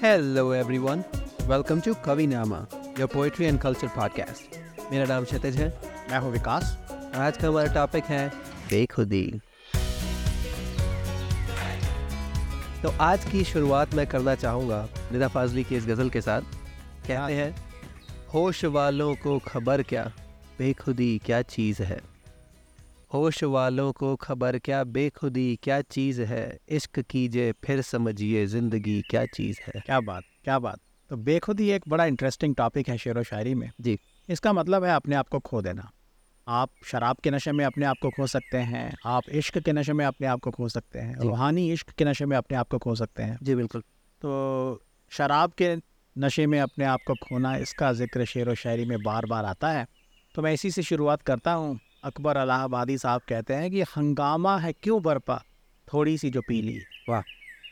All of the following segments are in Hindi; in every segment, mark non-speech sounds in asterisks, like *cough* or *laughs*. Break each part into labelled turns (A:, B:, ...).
A: Hello, everyone. Welcome to Kavi Nama, your poetry and culture podcast. मेरा नाम क्षितिज है
B: मैं हूँ विकास
A: आज का हमारा टॉपिक है बेखुदी तो आज की शुरुआत मैं करना चाहूँगा निदा फाजली की इस गज़ल के साथ
B: हाँ।
A: कहते हैं होश वालों को खबर क्या बेखुदी क्या चीज़ है होश वालों को खबर क्या बेखुदी क्या चीज़ है इश्क कीजिए फिर समझिए ज़िंदगी क्या चीज़ है
B: क्या बात क्या बात तो बेखुदी एक बड़ा इंटरेस्टिंग टॉपिक है शेर व शायरी में
A: जी
B: इसका मतलब है अपने आप को खो देना आप शराब के नशे में अपने आप को खो सकते हैं आप इश्क के नशे में अपने आप को खो सकते हैं
A: जी।
B: रूहानी इश्क के नशे में अपने आप को खो सकते हैं
A: जी बिल्कुल
B: तो शराब के नशे में अपने आप को खोना इसका जिक्र शेर व शायरी में बार बार आता है तो मैं इसी से शुरुआत करता हूँ अकबर अलाहाबादी साहब कहते हैं कि हंगामा है क्यों बरपा थोड़ी सी जो पी ली
A: वाह।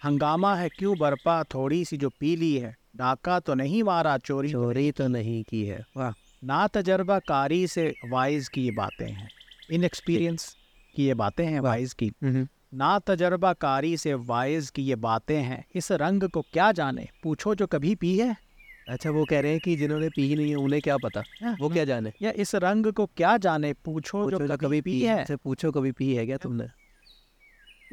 B: हंगामा है क्यों बरपा थोड़ी सी जो पी ली है डाका तो नहीं मारा चोरी
A: चोरी तो नहीं की है वाह
B: ना तजर्बा कारी से वाइज की ये बातें हैं इनएक्सपीरियंस की ये बातें हैं वाइज की ना तजर्बा कारी से वाइज की ये बातें हैं इस रंग को क्या जाने पूछो जो कभी पी है
A: अच्छा वो कह रहे हैं कि जिन्होंने पी ही नहीं है उन्हें क्या पता
B: हाँ,
A: वो क्या जाने
B: या इस रंग को क्या जाने पूछो जो
A: पूछो
B: कभी,
A: तो कभी
B: पी है हाँ।
A: अच्छा, पूछो कभी पी है क्या तुमने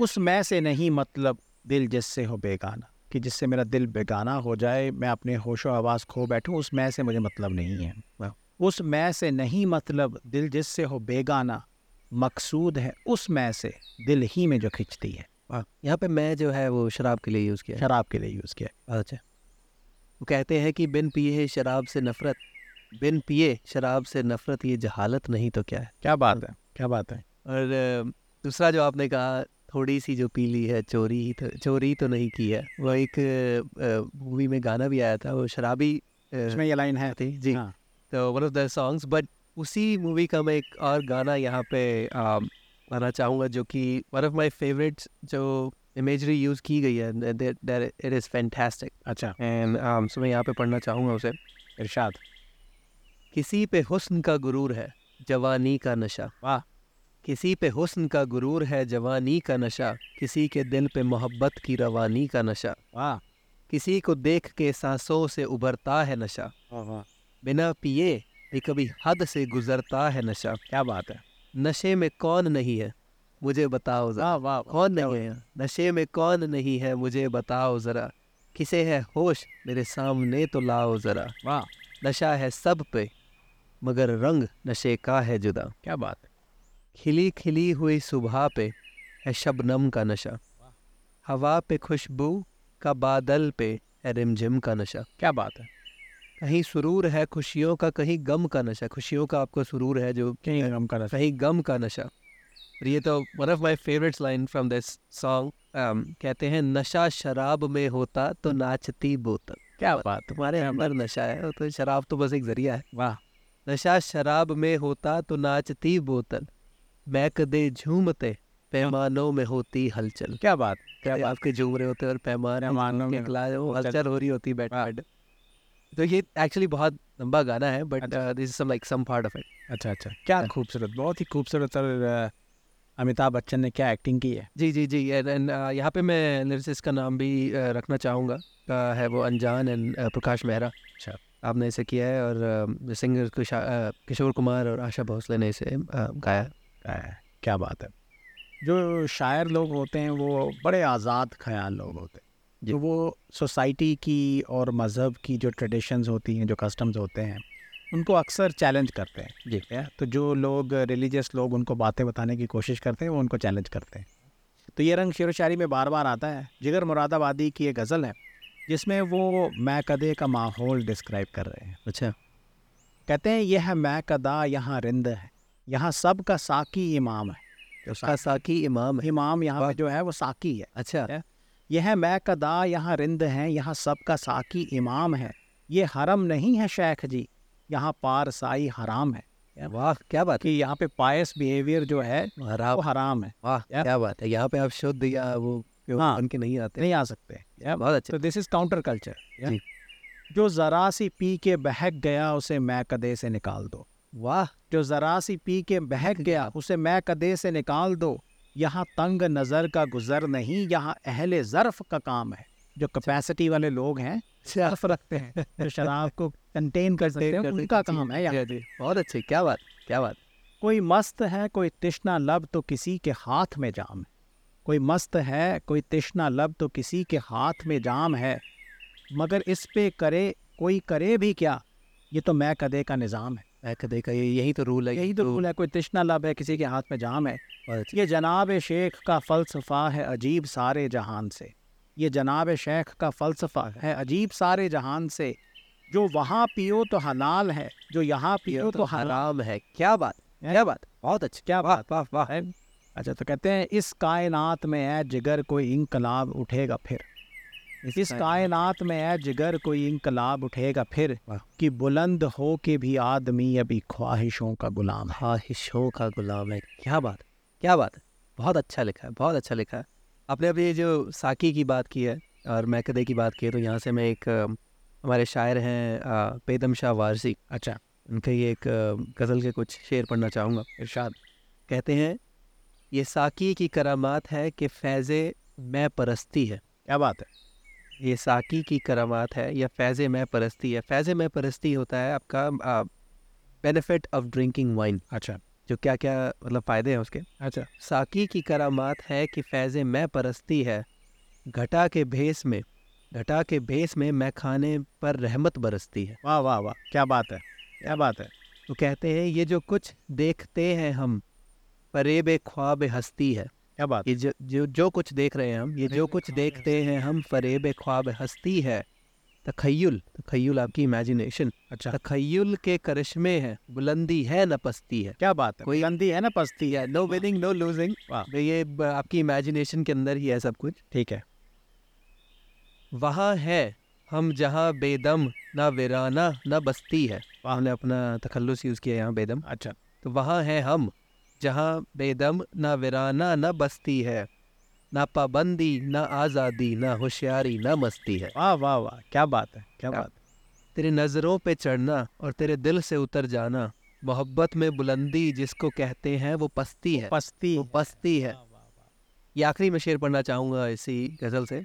B: उस मैं से नहीं मतलब दिल जिससे हो बेगाना कि जिससे मेरा दिल बेगाना हो जाए मैं अपने होशो आवाज़ खो बैठूं उस मैं से मुझे मतलब नहीं है
A: वाह।
B: उस मैं से नहीं मतलब दिल जिससे हो बेगाना मकसूद है उस मैं से दिल ही में जो खिंचती है
A: वाह यहाँ पे मैं जो है वो शराब के लिए यूज़ किया है।
B: शराब के लिए यूज़ किया है।
A: अच्छा वो कहते हैं कि बिन पिए शराब से नफरत बिन पिए शराब से नफरत ये जहालत नहीं तो क्या है
B: क्या बात है क्या बात है
A: और अ, दूसरा जो आपने कहा थोड़ी सी जो पी ली है चोरी ही तो चोरी तो नहीं की है वो एक मूवी में गाना भी आया था वो शराबी अ,
B: इसमें ये लाइन है
A: थे जी
B: हाँ।
A: तो one of the songs but उसी मूवी का मैं एक और गाना यहाँ पे um, गाना चाहूँगा जो कि वन ऑफ माय फेवरेट्स जो इमेजरी यूज़ की गई है इट इज़ फैंटास्टिक
B: अच्छा
A: एंड सो um, मैं यहाँ पे पढ़ना चाहूँगा उसे
B: इरशाद
A: किसी पे हुस्न का गुरूर है जवानी का नशा
B: वाह।
A: किसी पे हुस्न का गुरूर है जवानी का नशा किसी के दिल पे मोहब्बत की रवानी का नशा
B: वाह
A: किसी को देख के सांसों से उभरता है नशा
B: वाह
A: बिना पिए भी कभी हद से गुजरता है नशा
B: क्या बात है
A: नशे में कौन नहीं है मुझे बताओ जरा
B: वाह वाह वाह।
A: कौन नहीं है नशे में कौन नहीं है मुझे बताओ जरा किसे है होश मेरे सामने तो लाओ जरा
B: वाह
A: नशा है सब पे मगर रंग नशे का है जुदा
B: क्या बात है
A: खिली खिली हुई सुबह पे है शबनम का नशा हवा पे खुशबू का बादल पे है रिमझिम का नशा
B: क्या बात है
A: कहीं सुरूर है खुशियों का कहीं गम का नशा खुशियों का आपको सुरूर है जो
B: कहीं गम का रस
A: कहीं गम का नशा और ये तो one of my favourites line from this song um, कहते हैं नशा शराब में होता तो नाचती बोतल
B: क्या बात है
A: तुम्हारे अंदर नशा है वो तो शराब तो बस एक जरिया है
B: वाह
A: नशा शराब में होता तो नाचती बोतल मैं कदे झूमते पैमानों में होती हलचल
B: क्या बात क्या
A: कहते
B: बात
A: आपके झूम रहे होते और पैमान
B: पैमानों में-
A: निकला वो
B: हलचल।
A: हलचल हो रही होती बैठ
B: वाह।
A: बैठ तो ये एक्चुअली बहुत लंबा गाना है uh, बट
B: अच्छा।
A: This is some like some part of it
B: अच्छा अच्छा क्या खूबसूरत बहुत ही खूबसूरत और अ, अमिताभ बच्चन ने क्या एक्टिंग की है
A: जी जी जी एंड एंड यहाँ पे मैं लिरिसिस्ट का नाम भी uh, रखना चाहूँगा uh, है वो अनजान एंड uh, प्रकाश मेहरा
B: अच्छा।
A: आपने इसे किया है और uh, सिंगर किशोर कुमार और आशा भोसले ने इसे uh, गाया
B: अ, क्या बात है जो शायर लोग होते हैं वो बड़े आज़ाद ख्याल लोग होते हैं
A: जी।
B: तो वो सोसाइटी की और मज़हब की जो ट्रेडिशंस होती हैं जो कस्टम्स होते हैं उनको अक्सर चैलेंज करते हैं
A: जी।
B: है? तो जो लोग रिलीजियस लोग उनको बातें बताने की कोशिश करते हैं वो उनको चैलेंज करते हैं तो ये रंग शेर व शायरी में बार बार आता है जिगर मुरादाबादी की ये गज़ल है जिसमें वो मैकदे का माहौल डिस्क्राइब कर रहे हैं
A: अच्छा
B: कहते हैं यह मैं कदा यहाँ रिंद है यहाँ सब का साकी इमाम है जो
A: उसका साकी इमाम है
B: इमाम यहाँ पे जो है वो साकी है
A: अच्छा
B: है। यह मैं कदा यहाँ रिंद है यहाँ सब का साकी इमाम है ये हरम नहीं है शेख जी यहाँ पारसाई हराम है
A: वाह क्या बात
B: कि यहाँ पे पायस बिहेवियर जो है
A: है हरा
B: वो हराम है
A: वाह
B: Yeah.
A: क्या बात है यहाँ पे आप शुद्ध या वो
B: हाँ।
A: उनके नहीं आते
B: नहीं आ सकते Yeah.
A: बहुत अच्छे
B: तो दिस इज काउंटर कल्चर
A: जी।
B: जो जरा सी पी के बहक गया उसे मैं कदे से निकाल दो
A: वाह
B: जो जरा सी पी के बहक गया *laughs* उसे मैं कदे से निकाल दो यहाँ तंग नज़र का गुज़र नहीं यहाँ अहले ज़र्फ़ का काम है जो कैपेसिटी वाले लोग हैं साफ रखते
A: *laughs*
B: हैं *laughs* जो शराब को कंटेन कर सकते हैं उनका काम है यहाँ
A: जी, जी, बहुत अच्छे क्या बात क्या बात
B: कोई मस्त है कोई तृष्णा लब तो किसी के हाथ में जाम है कोई मस्त है कोई तृष्णा लब तो किसी के हाथ में जाम है मगर इस पे करे कोई करे भी क्या ये तो मैं कदे का निज़ाम है
A: मैं कह देखा ये यही तो रूल है
B: यही तो रूल है कोई तृष्णा लब है किसी के हाथ में जाम है
A: बहुत अच्छी
B: ये जनाब शेख का फ़लसफ़ा है अजीब सारे जहान से ये जनाब शेख का फ़लसफ़ा है अजीब सारे जहान से जो वहाँ पियो तो हलाल है जो यहाँ पियो
A: ये
B: तो
A: तो
B: हराम
A: हराम है क्या बात क्या बात बहुत अच्छी क्या वाह वाह वाह
B: अच्छा तो कहते हैं इस कायनात में ऐ जिगर कोई इंकलाब उठेगा फिर इस कायनात में ऐ जिगर कोई इंकलाब उठेगा फिर
A: वाह।
B: कि बुलंद हो के भी आदमी अभी ख्वाहिशों का गुलाम है
A: ख्वाहिशों का गुलाम है क्या बात क्या बात है बहुत अच्छा लिखा है बहुत अच्छा लिखा है आपने अभी ये जो साकी की बात की है और मैकदे की बात की है तो यहाँ से मैं एक अ, हमारे शायर हैं अ, पेदम शाह वारसी
B: अच्छा
A: उनके ये एक अ, गज़ल के कुछ शेर पढ़ना चाहूँगा इरशाद कहते हैं ये साकी की करामात है कि फैज़ मैं परस्ती है
B: क्या बात है
A: ये साकी की करामात है या फैज़ मैं परस्ती है फैज़ मैं परस्ती होता है आपका बेनिफिट ऑफ ड्रिंकिंग वाइन
B: अच्छा
A: जो क्या क्या मतलब फ़ायदे हैं उसके
B: अच्छा
A: साकी की करामात है कि फैज़ मैं परस्ती है घटा के भेस में घटा के भेस में मैं खाने पर रहमत बरसती है
B: वाह वाह वाह क्या बात है क्या बात है
A: वो कहते हैं ये जो कुछ देखते हैं हम फरेब ख्वाब हस्ती है
B: क्या बात
A: ये जो जो जो कुछ देख रहे हैं हम ये जो कुछ देखते हैं हम फरेब ख्वाब हस्ती है तखैयुल तखैयुल आपकी इमेजिनेशन
B: अच्छा
A: तखैयुल के करिश्मे हैं बुलंदी है न पस्ती है हाँ।
B: क्या बात है
A: कोई-
B: गंदी है ना पस्ती है
A: नो विनिंग नो लूजिंग
B: वाह।
A: तो ये ब- आपकी इमेजिनेशन के अंदर ही है सब कुछ
B: ठीक है
A: वहाँ है हम जहाँ बेदम ना वीराना ना बस्ती है हमने अपना तखल्लुस यूज़ किया यहाँ बेदम
B: अच्छा
A: तो वहाँ है हम जहाँ बेदम ना वीराना ना बस्ती है ना पाबंदी ना आज़ादी ना होशियारी ना मस्ती है
B: वाह वाह वाह क्या बात है क्या
A: क्या-
B: बात है
A: तेरे नज़रों पे चढ़ना और तेरे दिल से उतर जाना मोहब्बत में बुलंदी जिसको कहते हैं वो पस्ती है
B: पस्ती
A: वो बस्ती है ये आखिरी में शेर पढ़ना चाहूँगा इसी गज़ल से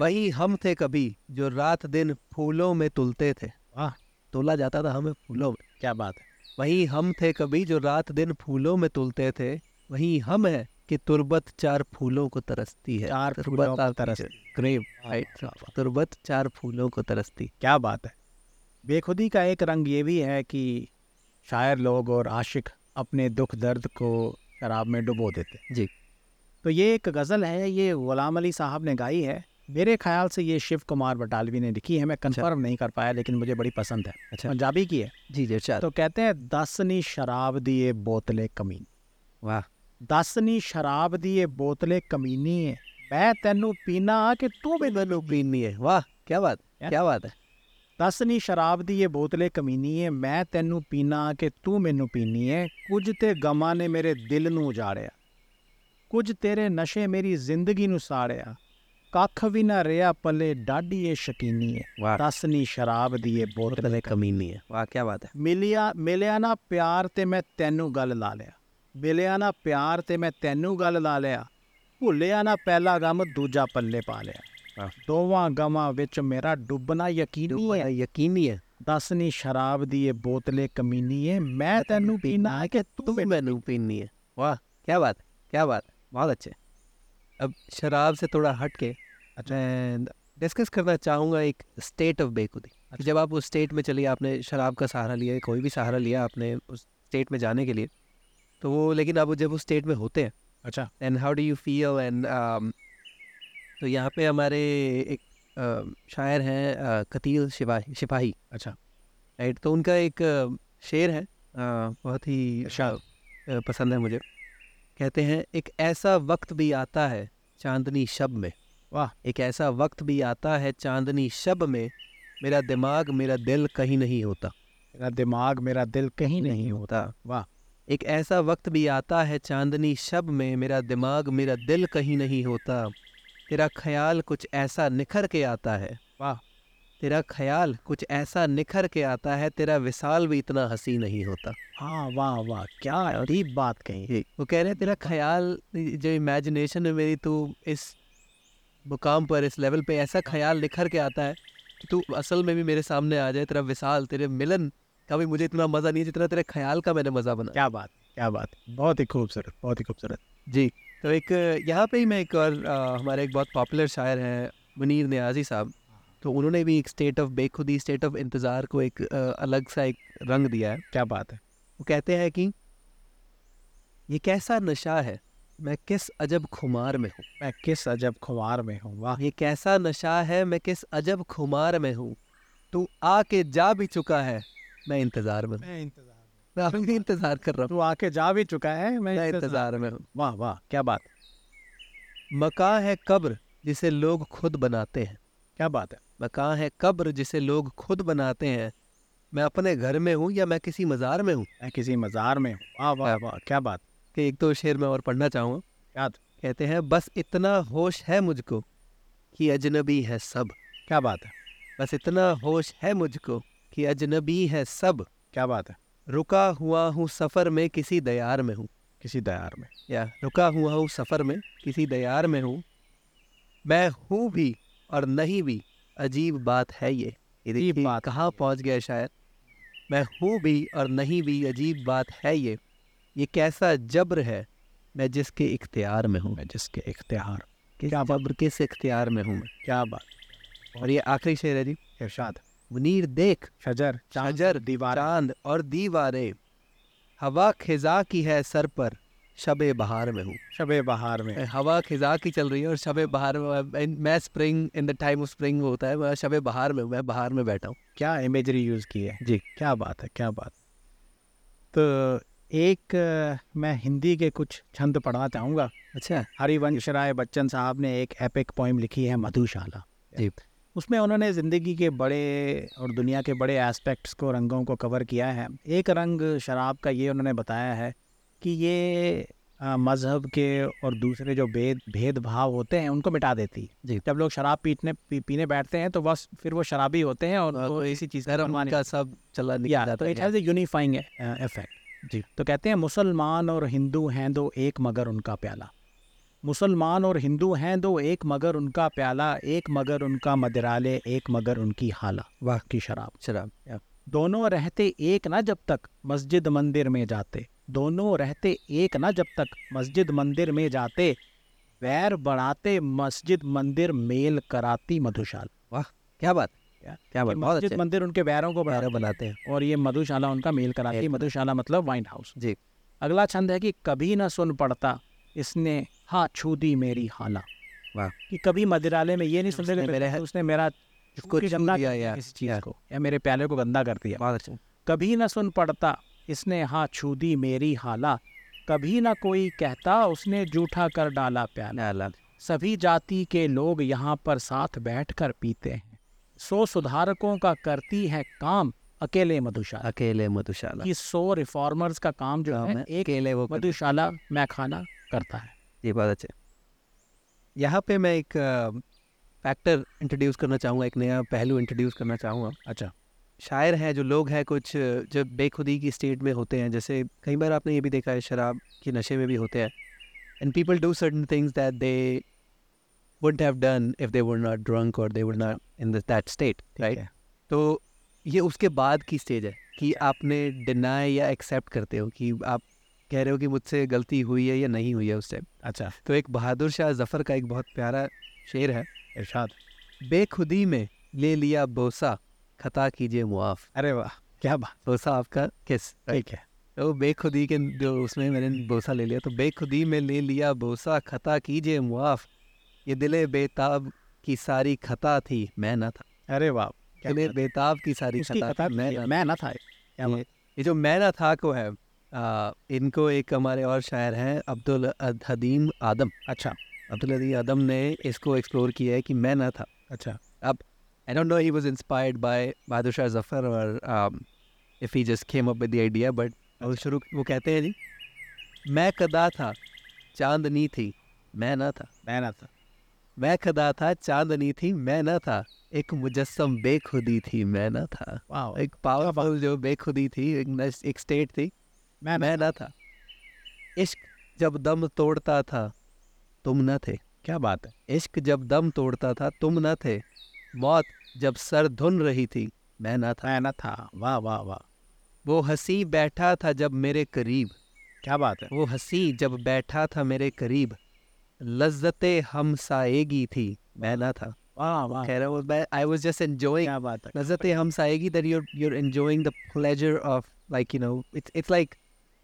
A: वही हम थे कभी जो रात दिन फूलों में तुलते थे
B: वाह
A: तोला जाता था हमें फूलों में
B: क्या बात है
A: वही हम थे कभी जो रात दिन फूलों में तुलते थे वही हम है कि तुरबत चार फूलों को तरसती है
B: चार
A: तुरबत
B: फूलों को
A: आपकी
B: तरसती।
A: जो- ग्रेव राइट तुरबत चार फूलों को तरसती
B: क्या बात है बेखुदी का एक रंग ये भी है कि शायर लोग और आशिक अपने दुख दर्द को शराब में डुबो देते हैं।
A: जी।
B: तो ये एक गज़ल है ये ग़ुलाम अली साहब ने गाई है मेरे ख्याल से ये शिव कुमार बटालवी ने लिखी है मैं कंफर्म नहीं कर पाया लेकिन मुझे बड़ी पसंद है
A: अच्छा।
B: पंजाबी की है
A: जी जी चार
B: तो कहते हैं दसनी शराब दिए बोतले कमीन
A: वाह
B: ਦਸਨੀ ਸ਼ਰਾਬ ਦੀ ਇਹ ਬੋਤਲੇ ਕਮੀਨੀ ਹੈ ਮੈਂ ਤੈਨੂੰ ਪੀਣਾ ਕਿ ਤੂੰ ਵੀ ਮੈਨੂੰ
A: पीनी है वाह क्या बात
B: Yeah.
A: क्या बात है
B: ਦਸਨੀ ਸ਼ਰਾਬ ਦੀ ਇਹ ਬੋਤਲੇ ਕਮੀਨੀ ਹੈ ਮੈਂ ਤੈਨੂੰ ਪੀਣਾ ਕਿ ਤੂੰ ਮੈਨੂੰ ਪੀਣੀ ਹੈ ਕੁਝ ਤੇ ਗਮਾਂ ਨੇ ਮੇਰੇ ਦਿਲ ਨੂੰ ਉਜਾੜਿਆ ਕੁਝ ਤੇਰੇ ਨਸ਼ੇ ਮੇਰੀ ਜ਼ਿੰਦਗੀ ਨੂੰ ਸਾੜਿਆ ਕੱਖ ਵੀ ਨਾ ਰਿਹਾ ਪੱਲੇ ਡਾਢੀ ਇਹ ਸ਼ਕੀਨੀ ਹੈ
A: वाह
B: ਦਸਨੀ ਸ਼ਰਾਬ ਦੀ ਇਹ ਬੋਤਲੇ
A: कमीनी है वाह क्या बात है
B: ਮਿਲਿਆ ਮਿਲਿਆ ਨਾ ਪਿਆਰ ਤੇ ਮੈਂ ਤੈਨੂੰ ਗੱਲ ਲਾ ਲਿਆ ਮਿਲਿਆ ਨਾ ਪਿਆਰ ਤੇ ਮੈਂ ਤੈਨੂੰ ਗੱਲ ਲਾ ਲਿਆ ਭੁੱਲਿਆ ਨਾ ਪਹਿਲਾ ਗਮ ਦੂਜਾ ਪੱਲੇ ਪਾ ਲਿਆ
A: ਵਾਹ।
B: ਦੋਵਾਂ ਗਮਾਂ ਵਿੱਚ ਮੇਰਾ ਡੁੱਬਣਾ ਯਕੀਨੀ ਹੈ
A: यकीनी है
B: ਦਸਨੀ ਸ਼ਰਾਬ ਦੀ ਇਹ ਬੋਤਲੇ ਕਮੀਨੀ ਹੈ ਮੈਂ ਤੈਨੂੰ ਪੀਣਾ ਹੈ ਕਿ ਤੂੰ
A: तुम
B: ਮੈਨੂੰ-
A: मैनू पीनी है वाह क्या बात क्या बात बहुत अच्छे अब शराब से थोड़ा हट के मैं डिस्कस करना चाहूँगा एक स्टेट ऑफ बेखुदी कि जब आप उस स्टेट में चलिए आपने शराब का सहारा लिया या कोई भी सहारा लिया आपने उस स्टेट में जाने के लिए तो वो लेकिन अब जब उस स्टेट में होते हैं
B: ਅੱਛਾ
A: and how do you feel and um, तो यहाँ पे हमारे एक um, शायर हैं uh, कतील शिपाही शिपाही
B: ਅੱਛਾ
A: राइट तो उनका एक अ, शेर है अ, बहुत ही
B: अच्छा।
A: अ, पसंद है मुझे कहते हैं एक ऐसा वक्त भी आता है चांदनी शब में
B: वाह।
A: एक ऐसा वक्त भी आता है चांदनी शब में मेरा दिमाग मेरा दिल कहीं नहीं होता
B: ਮੇਰਾ ਦਿਮਾਗ ਮੇਰਾ ਦਿਲ ਕਹੀਂ ਨਹੀਂ ਹੋਤਾ वाह।
A: एक ऐसा वक्त भी आता है चांदनी शब में मेरा दिमाग मेरा दिल कहीं नहीं होता तेरा ख्याल कुछ ऐसा निखर के आता है
B: वाह।
A: तेरा ख्याल कुछ ऐसा निखर के आता है तेरा विसाल भी इतना हंसी नहीं होता
B: ਹਾਂ ਵਾਹ ਵਾਹ ਕੀ ਅਦੀਬ ਬਾਤ ਕਹੀ
A: वो कह रहे हैं तेरा ख्याल जो इमेजिनेशन है मेरी तू इस मुकाम पर इस लेवल पे ऐसा ख्याल निखर के आता है कि तू असल में भी मेरे सामने आ जाए तेरा विशाल तेरे मिलन का भी मुझे इतना मज़ा नहीं है जितना तेरे ख्याल का मैंने मज़ा बना
B: क्या बात क्या बात बहुत ही खूबसूरत बहुत ही खूबसूरत
A: जी तो एक यहाँ पे ही मैं एक और अ, हमारे एक बहुत पॉपुलर शायर हैं मुनीर नियाजी साहब तो उन्होंने भी एक स्टेट ऑफ बेखुदी स्टेट ऑफ इंतज़ार को एक अ, अलग सा एक रंग दिया है
B: क्या बात है
A: वो कहते हैं कि ये कैसा नशा है मैं किस अजब खुमार में हूँ
B: मैं किस अजब खुमार में हूँ वाह
A: ये कैसा नशा है मैं किस अजब खुमार में हूँ तू आके जा भी चुका है मैं इंतज़ार में हूँ।
B: मैं इंतजार
A: मैं अभी भी इंतज़ार कर रहा हूँ
B: तू आके जा भी चुका है मैं
A: मैं
B: इंतजार
A: इंतज़ार में हूँ
B: वाह वाह क्या बात
A: मकान है कब्र जिसे लोग खुद बनाते हैं
B: क्या बात है
A: मकान है कब्र जिसे लोग खुद बनाते हैं मैं अपने घर में हूँ या मैं किसी मज़ार में हूँ
B: मैं किसी मज़ार में हूँ वाह वाह वाह क्या बात
A: कि एक दो शेर मैं और पढ़ना चाहूँगा
B: क्या
A: कहते हैं बस इतना होश है मुझको कि अजनबी है सब
B: क्या बात है
A: बस इतना होश है मुझको कि अजनबी है सब
B: क्या बात है
A: रुका हुआ हूँ सफ़र में किसी दयार में हूँ
B: किसी दयार में
A: या रुका हुआ हूँ सफ़र में किसी दयार में हूँ मैं हूँ भी और नहीं भी अजीब बात है ये ये
B: अजीब
A: देखिए
B: बात
A: कहाँ पहुँच गया शायर मैं हूँ भी और नहीं भी अजीब बात है ये ये कैसा जब्र है मैं जिसके इख्तियार में हूँ
B: मैं जिसके इख्तियार
A: किस
B: क्या बात-
A: जब्र किस इख्तियार में हूँ मैं
B: क्या बात
A: और ये आखिरी शेर है जी
B: इरशाद
A: मुनीर देख
B: शजर चांद
A: शजर
B: दीवार
A: चांद और दीवारें हवा खिजा की है सर पर शबे बहार में हूँ
B: शबे बहार में
A: हवा खिजा की चल रही है और शबे बहार में मैं- मैं spring in the time of spring होता है मैं शबे बहार में हूँ, मैं बहार में बैठा हूँ
B: क्या इमेजरी यूज़ की है
A: जी।
B: क्या बात है क्या बात तो एक अ, मैं हिंदी के कुछ छंद पढ़ना चाहूँगा
A: अच्छा
B: हरिवंश राय बच्चन साहब ने एक एपिक पोइम लिखी है मधुशाला
A: जी
B: उसमें उन्होंने ज़िंदगी के बड़े और दुनिया के बड़े एस्पेक्ट्स को रंगों को कवर किया है एक रंग शराब का ये उन्होंने बताया है कि ये अ, मज़हब के और दूसरे जो भेद भेदभाव होते हैं उनको मिटा देती है
A: जी।
B: जब लोग शराब पीटने पी, पीने बैठते हैं तो बस फिर वो शराबी होते हैं और
A: और
B: वो
A: कोई
B: इसी चीज़ का
A: धर्म का सब चला निकल
B: या तो
A: जाता
B: इट
A: है
B: हैज़ ए यूनिफाइंग इफेक्ट
A: जी।
B: uh, तो कहते हैं मुसलमान और हिंदू हैं दो एक मगर उनका प्याला मुसलमान और हिंदू हैं दो एक मगर उनका प्याला एक मगर उनका मदराले एक मगर उनकी हाला वाह की शराब
A: शराब
B: दोनों रहते एक ना जब तक मस्जिद मंदिर में जाते दोनों रहते एक ना जब तक मस्जिद मंदिर में जाते वैर बढ़ाते मस्जिद मंदिर मेल कराती मधुशाल
A: क्या बात
B: या-
A: क्या बात बहुत
B: मस्जिद
A: अच्छे
B: मंदिर उनके वैरों को बढ़ा
A: प्यारा बनाते हैं
B: और ये मधुशाला उनका मेल कराती है
A: मेल
B: मधुशाला मतलब वाइन हाउस
A: जी।
B: अगला छंद है कि कभी ना सुन पड़ता इसने हाँ छू दी मेरी हाला
A: वाह।
B: कि कभी मदिराले में ये नहीं सुन
A: उसने मेरे
B: रहे उसने मेरा
A: इसको
B: छू के
A: छू
B: गंदा
A: दिया
B: कर दिया
A: या-
B: किसी चीज
A: या।
B: को या मेरे प्याले को गंदा कर दिया
A: बहुत अच्छे
B: कभी ना सुन पड़ता इसने हाँ छू दी मेरी हाला कभी ना कोई कहता उसने जूठा कर डाला प्याला
A: नाला
B: सभी जाति के लोग यहाँ पर साथ बैठकर पीते हैं सो सुधारकों का करती है काम अकेले मधुशाला
A: अकेले मधुशाला हाँ,
B: कि सौ रिफॉर्मर्स का काम जो है हाँ, एक
A: अकेले वो
B: मधुशाला मैखाना करता है
A: जी बहुत अच्छे यहाँ पे मैं एक फैक्टर इंट्रोड्यूस करना चाहूँगा एक नया पहलू इंट्रोड्यूस करना चाहूँगा
B: अच्छा
A: शायर हैं जो लोग हैं कुछ अ, जो बेखुदी की स्टेट में होते हैं जैसे कई बार आपने ये भी देखा है शराब के नशे में भी होते हैं and people do certain things that they would have done if they would not drunk और they would not in that state right
B: है।
A: तो ये उसके बाद की स्टेज है कि आपने डिनाई या एक्सेप्ट करते हो कि आप कह रहे हो कि मुझसे गलती हुई है या नहीं हुई है उस टाइम
B: अच्छा
A: तो एक बहादुर शाह जफर का एक बहुत प्यारा शेर है
B: इरशाद
A: बेखुदी में ले लिया बोसा खता कीजिए मुआफ
B: अरे वाह क्या बात
A: बोसा आपका किस
B: ठीक है
A: तो बेखुदी के जो उसमें मैंने बोसा ले लिया तो बेखुदी में ले लिया बोसा खता कीजिए मुआफ ये दिले बेताब की सारी खता थी मैं ना था
B: अरे वाह क्या
A: दिले
B: बात।
A: बेताब की सारी
B: उसकी
A: खता
B: कथा
A: थी मैं ना
B: मैं ना था क्या बात।
A: ये जो मैं ना था को है आ, इनको एक हमारे और शायर हैं अब्दुल अद- हदीम आदम
B: अच्छा
A: अब्दुल हदीम आदम ने इसको एक्सप्लोर किया है कि मैं ना था
B: अच्छा
A: I don't know he was inspired by Bahadur Shah Zafar or um, if he just came up with the idea but वो शुरू वो कहते हैं जी मैं कदा था चांदनी थी मैं ना था
B: मैं ना था
A: मैं कदा था चांदनी थी मैं ना था एक मुजस्म बेखुदी थी मैं ना था
B: वाह
A: एक पावरफुल जो बेखुदी थी एक नस- एक स्टेट थी
B: मैं
A: मैं ना था इश्क जब दम तोड़ता था तुम ना थे
B: क्या बात है
A: इश्क जब दम तोड़ता था तुम न थे मौत जब सर धुन रही थी मैं ना था
B: मैं ना था वाह वाह वाह
A: वो हंसी बैठा था जब मेरे करीब
B: क्या बात है
A: वो हंसी जब बैठा था मेरे करीब लज्जतें हमसाएगी थी मैं ना था
B: वाह वाह
A: खैर वो मैं आई वाज जस्ट एंजॉयिंग
B: क्या बात है
A: लज्जतें हमसाएगी that you're you're enjoying the pleasure of like you know it's it's like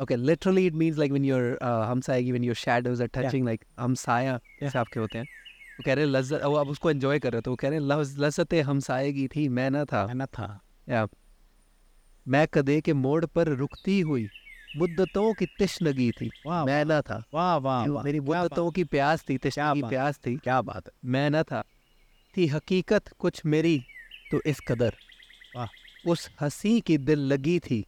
A: okay literally it means like when your uh, हमसाएगी when your shadows are touching like हमसाया जैसे आपके होते हैं वो कह रहे हैं लज्जत वो आप उसको एंजॉय कर रहे हो तो वो कह रहे हैं लज- लज्जतें हमसाएगी थी मैं ना था
B: मैं ना था
A: या मैं कदे के मोड़ पर रुकती हुई मुद्दतों की तिश्नगी थी
B: वाह
A: मैं ना था
B: वाह वाह वाह,
A: मेरी
B: क्या बात
A: मुद्दतों की प्यास थी तिश्नगी
B: बात।
A: प्यास थी
B: क्या बात है
A: मैं न था थी हकीकत कुछ मेरी तो इस कदर उस हंसी की दिल लगी थी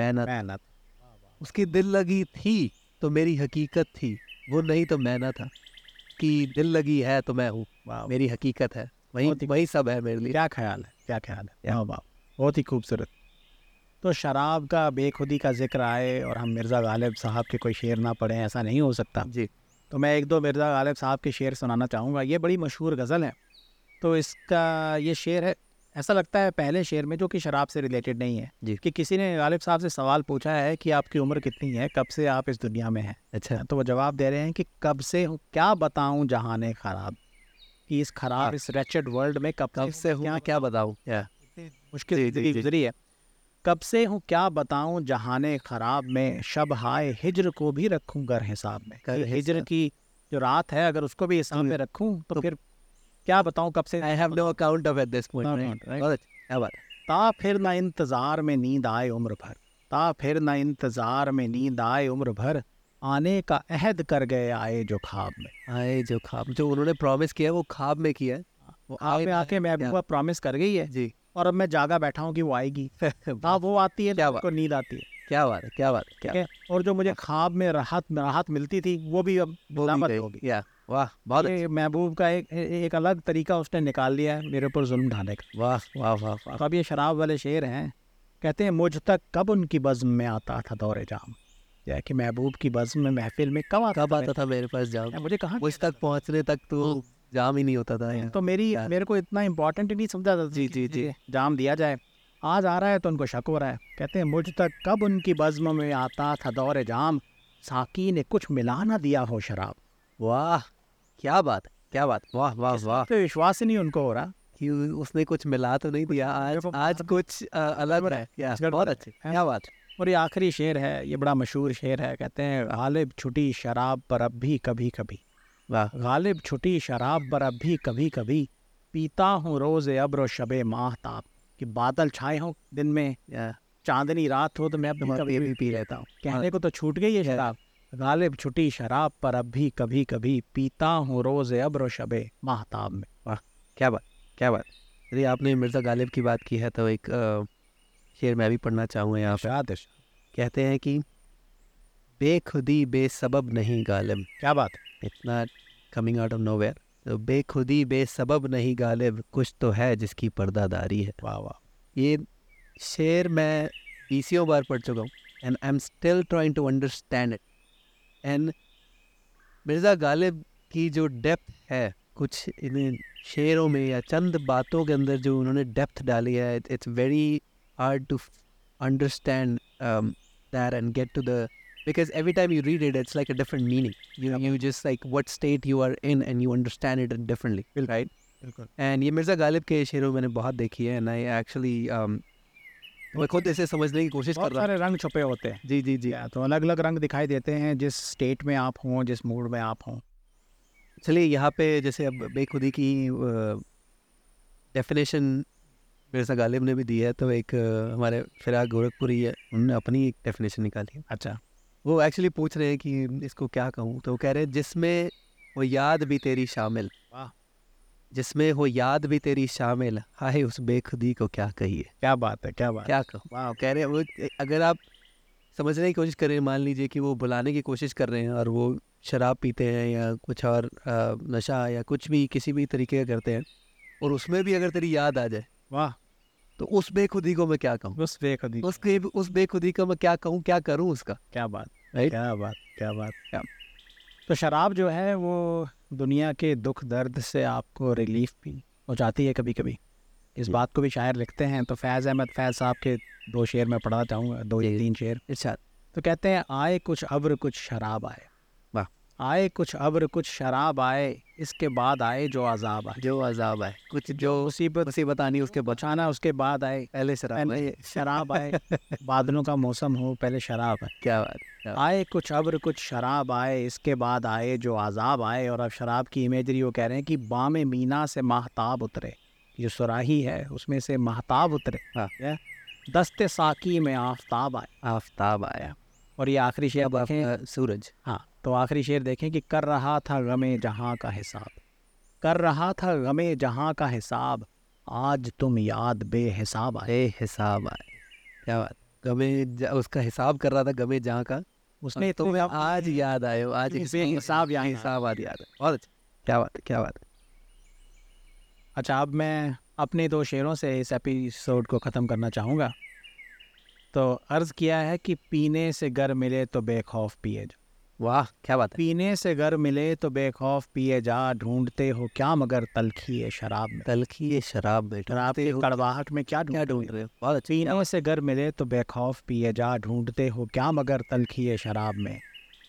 A: मैं न था
B: मैं ना था
A: उसकी दिल लगी थी तो मेरी हकीकत थी वो नहीं तो मैं न था कि दिल लगी है तो मैं हूँ
B: वाह वाह।
A: मेरी हकीकत है वही
B: बहुत ही-
A: वही सब है मेरे लिए
B: क्या ख्याल है क्या ख्याल है वाह वाह बहुत ही खूबसूरत तो शराब का बेखुदी का जिक्र आए और हम मिर्ज़ा गालिब साहब के कोई शेर ना पढ़ें ऐसा नहीं हो सकता
A: जी
B: तो मैं एक दो मिर्ज़ा गालिब साहब के शेर सुनाना चाहूँगा ये बड़ी मशहूर गज़ल है तो इसका ये शेर है ऐसा लगता है पहले शेर में जो कि शराब से रिलेटेड नहीं है
A: जी।
B: कि किसी ने गालिब साहब से सवाल पूछा है कि आपकी उम्र कितनी है कब से आप इस दुनिया में हैं
A: अच्छा
B: तो वो जवाब दे रहे हैं कि कब से हूँ क्या बताऊँ जहान खराब कि इस खराब इस रेचड वर्ल्ड में कब
A: कब से हूँ
B: क्या
A: क्या बताऊँ या
B: मुश्किल
A: जी, जी,
B: जिंदगी
A: जी।
B: गुजरी है कब से हूँ क्या बताऊँ जहान खराब में शब हाय हिजर को भी रखूँ गर हिसाब में
A: गर
B: कि हिजर
A: हिसाब।
B: की जो रात है अगर उसको भी हिसाब में रखूँ तो
A: तो-
B: फिर क्या बताऊँ कब से
A: I have no account of at this
B: No
A: point
B: account, right?
A: क्या बात
B: ता फिर ना इंतज़ार में नींद आए उम्र भर ता फिर ना इंतज़ार में नींद आए उम्र भर आने का अहद कर गए आए जो ख्वाब में
A: आए जो खाब जो उन्होंने प्रॉमिस किया है, वो ख्वाब में किया है वो
B: आप में
A: आए-
B: आके महबूबा प्रॉमिस कर गई है
A: जी
B: और अब मैं जागा बैठा हूँ कि वो
A: *laughs*
B: आएगी
A: क्या
B: ता वो आती है
A: क्या
B: ना उसको नींद आती है
A: बात है क्या बात है क्या
B: ठीक है और जो मुझे ख्वाब में राहत राहत मिलती थी वो भी अब
A: वो भी
B: लामत
A: गई। अच्छा।
B: होगी
A: या हाँ, वाह बहुत
B: ये महबूब का एक एक अलग तरीका उसने निकाल लिया है मेरे ऊपर जुल्म ढाने का
A: अच्छा। वाह वाह वाह वाह
B: तो अब ये शराब वाले शेर हैं कहते हैं मुझ तक कब उनकी बज़्म में आता था दौर जाम या कि महबूब की बज़्म में महफिल में कब आता
A: कब आता था मेरे पास जाम
B: था? मुझे कहाँ
A: मुझ तक पहुंचने तक तो जाम ही नहीं होता था यहाँ।
B: तो मेरी
A: यार।
B: मेरे को इतना इम्पोर्टेंट नहीं समझा था
A: जी, जी, जी।
B: जाम दिया जाए आज आ रहा है तो उनको शक हो रहा है कहते हैं मुझ तक कब उनकी बज़्म में आता था दौर जाम साकी ने कुछ मिला ना दिया हो शराब
A: वाह क्या बात है क्या बात वाह वाह वाह
B: पे विश्वास ही नहीं उनको हो रहा
A: कि उसने कुछ मिला तो नहीं दिया आज
B: देखो,
A: आज कुछ अ, अलग है या
B: गड़बड़
A: बहुत
B: है।
A: अच्छे क्या बात है।
B: और ये आखिरी शेर है ये बड़ा मशहूर शेर है कहते हैं गालिब छुटी शराब पर अब भी कभी कभी
A: वाह
B: गालिब छुटी शराब पर अब भी कभी कभी पीता हूँ रोज़ अब्र शब माहताब कि बादल छाए हों दिन में
A: या
B: चांदनी रात हो तो मैं अपने
A: मैं
B: कभी
A: ये
B: भी
A: भी
B: पी
A: पी
B: लेता हूँ कहने को तो छूट गई है शराब गालिब छुटी शराब पर अब भी कभी कभी पीता हूँ रोज़ अब्र शब माहताब में
A: क्या बात क्या बात यदि आपने मिर्ज़ा गालिब की बात की है तो एक अ, शेर मैं भी पढ़ना चाहूँगा यहाँ पे
B: शाद
A: कहते हैं कि बेखुदी बेसबब नहीं गालिब
B: क्या बात है?
A: इतना कमिंग आउट ऑफ नोवेयर तो बेखुदी बेसबब नहीं गालिब कुछ तो है जिसकी पर्दादारी है
B: वाह वाह
A: ये शेर मैं बीसियों बार पढ़ चुका हूँ and I am still trying to understand it and Mirza Ghalib की जो डेप्थ है कुछ इन शेरों में या चंद बातों के अंदर जो उन्होंने डेप्थ डाली है it's very hard to understand that and get to the because every time you read it it's like a different meaning you, you just like what state you are in and you understand it differently right
B: बिल्कुल
A: एंड ये मिर्ज़ा गालिब के शेरों मैंने बहुत देखी है एंड आई एक्चुअली um, मैं खुद इसे समझने की कोशिश कर
B: बहुत
A: रहा हूँ
B: सारे रंग छुपे होते हैं
A: जी जी जी
B: या तो अलग अलग रंग दिखाई देते हैं जिस स्टेट में आप हों जिस मूड में आप हों
A: चलिए यहाँ पे जैसे अब बेखुदी की डेफिनेशन मिर्ज़ा गालिब ने भी दी है तो एक uh, हमारे फिराग गोरखपुरी है उन्होंने अपनी एक डेफिनेशन निकाली है
B: अच्छा
A: वो एक्चुअली पूछ रहे हैं कि इसको क्या कहूँ तो वो कह रहे हैं जिसमें वो याद भी तेरी शामिल
B: वाह।
A: जिसमें हो याद भी तेरी शामिल हाय उस बेखुदी को क्या कहिए
B: क्या बात है क्या बात है
A: क्या कहूँ
B: वाह
A: कह रहे हैं वो अगर आप समझने की कोशिश करें मान लीजिए कि वो बुलाने की कोशिश कर रहे हैं और वो शराब पीते हैं या कुछ और अ, नशा या कुछ भी किसी भी तरीके का करते हैं और उसमें भी अगर तेरी याद आ जाए
B: वाह
A: तो उस बेखुदी को मैं क्या कहूँ
B: उस बेखुदी
A: उसके उस बेखुदी का मैं क्या कहूँ क्या करूँ उसका
B: क्या बात
A: Right?
B: क्या बात क्या बात
A: Yeah.
B: तो शराब जो है वो दुनिया के दुख दर्द से आपको रिलीफ भी पहुँचाती है कभी कभी इस
A: जी।
B: बात को भी शायर लिखते हैं तो फैज़ अहमद फैज़ साहब के दो शेर मैं पढ़ना चाहूँगा दो या
A: जी।
B: तीन शेर
A: इरशाद
B: तो कहते हैं आए कुछ अब्र कुछ शराब आए
A: वाह।
B: आए कुछ अब्र कुछ शराब आए इसके बाद आए जो अजाब आए
A: जो अजाब है कुछ जो
B: मुसीबत
A: उसे बतानी उसके बचा
B: बचाना उसके बाद आए
A: पहले शराब है
B: पहले शराब आए बादलों का मौसम हो पहले शराब आए
A: क्या बात
B: आए कुछ अब्र कुछ शराब आए इसके बाद आए जो आज़ाब आए और अब शराब की इमेजरी वो कह रहे हैं कि बाम मीना से महताब उतरे जो सुराही है उसमें से महताब उतरे
A: हाँ।
B: या? दस्ते साकी में आफताब आए
A: आफ्ताब आया
B: और ये आखिरी शेर
A: अब
B: देखें
A: आपका सूरज
B: हाँ तो आखिरी शेर देखें कि कर रहा था गमे जहाँ का हिसाब कर रहा था गमे जहाँ का हिसाब आज तुम याद बेहिसाब आए
A: ए हिसाब आए क्या बात गमे ज- उसका हिसाब कर रहा था गमे जहाँ का
B: उसने
A: तो
B: इतने-
A: आज याद आए हो आज
B: इतने बेहिसाब यहाँ आए।
A: हिसाब आज याद आए बहुत अच्छा क्या बात है क्या बात है
B: अच्छा अब मैं अपने दो शेरों से इस एपिसोड को ख़त्म करना चाहूँगा तो अर्ज़ किया है कि पीने से गर मिले तो बेखौफ पिए जा
A: वाह क्या बात है
B: पीने से गर मिले तो बेखौफ पिए जा ढूंढते हो क्या मगर तलखी है शराब में
A: तलखी ये शराब में
B: शराब की
A: हो-
B: कड़वाहट में क्या
A: क्या ढूंढ रहे हो बहुत अच्छा
B: पीने से गर मिले तो बेखौफ पिए जा ढूंढते हो क्या मगर तलखी है शराब में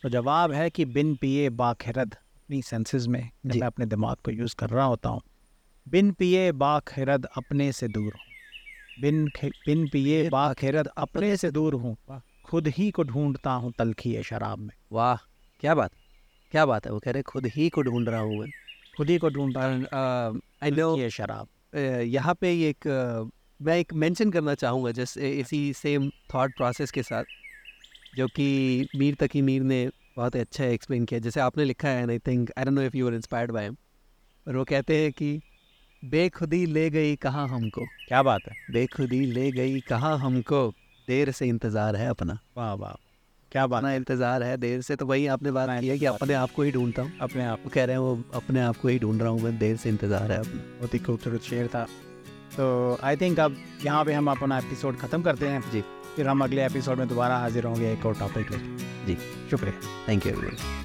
B: तो जवाब है कि बिन पिए बाखिरद अपनी सेंसेस में जब
A: जी।
B: मैं अपने दिमाग को यूज़ कर रहा होता हूँ बिन पिए बाखिरद अपने से दूर हूँ बिन खे- बिन पिए बाखिरद अपने से दूर हूँ
A: वाह।
B: खुद ही को ढूंढता हूँ तलखी है शराब में
A: वाह क्या बात क्या बात है वो कह रहे खुद ही को ढूंढ रहा हूँ मैं
B: खुद ही को ढूंढता हूँ
A: आई नो
B: तलखी है शराब
A: यहाँ पे ये एक uh, मैं एक मेंशन करना चाहूँगा जैसे इसी सेम थॉट प्रोसेस के साथ जो कि मीर तकी मीर ने बहुत ही अच्छा एक्सप्लेन किया जैसे आपने लिखा है I think I don't know if you are inspired by him पर वो कहते हैं कि बेखुदी ले गई कहाँ हमको
B: क्या बात है
A: बेखुदी ले गई कहाँ हमको देर से इंतज़ार है अपना
B: वाह वाह क्या बात
A: अपना इंतज़ार है देर से तो वही आपने बात
B: अपना
A: की है कि
B: इंतज़ार
A: अपने आप को ही ढूंढता हूँ
B: अपने आप
A: वो कह रहे हैं वो अपने आप को ही ढूंढ रहा हूँ मैं देर से इंतज़ार है अपना
B: बहुत ही खूबसूरत शेर था तो आई थिंक अब यहाँ पे हम अपना एपिसोड ख़त्म करते हैं
A: जी।
B: फिर हम अगले एपिसोड में दोबारा हाजिर होंगे एक और टॉपिक लेकर
A: जी।
B: शुक्रिया
A: थैंक यू एवरीवन